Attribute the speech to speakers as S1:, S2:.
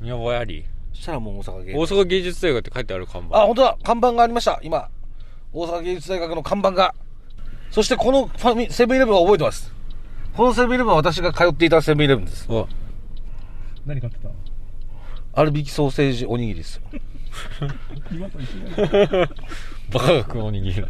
S1: 見覚えあり
S2: そしたらもう大阪芸
S1: 大阪芸術大学って書いてある看板
S2: あ、本当だ看板がありました今。大阪芸術大学の看板が。そしてこのファミ、セブンイレブンは覚えてます。このセブンイレブンは私が通っていたセブンイレブンです。
S1: お
S3: 何買ってたの
S2: アルビキソーセージおにぎりですよ。
S3: 今と一緒だよ
S1: バカが食うおにぎりだ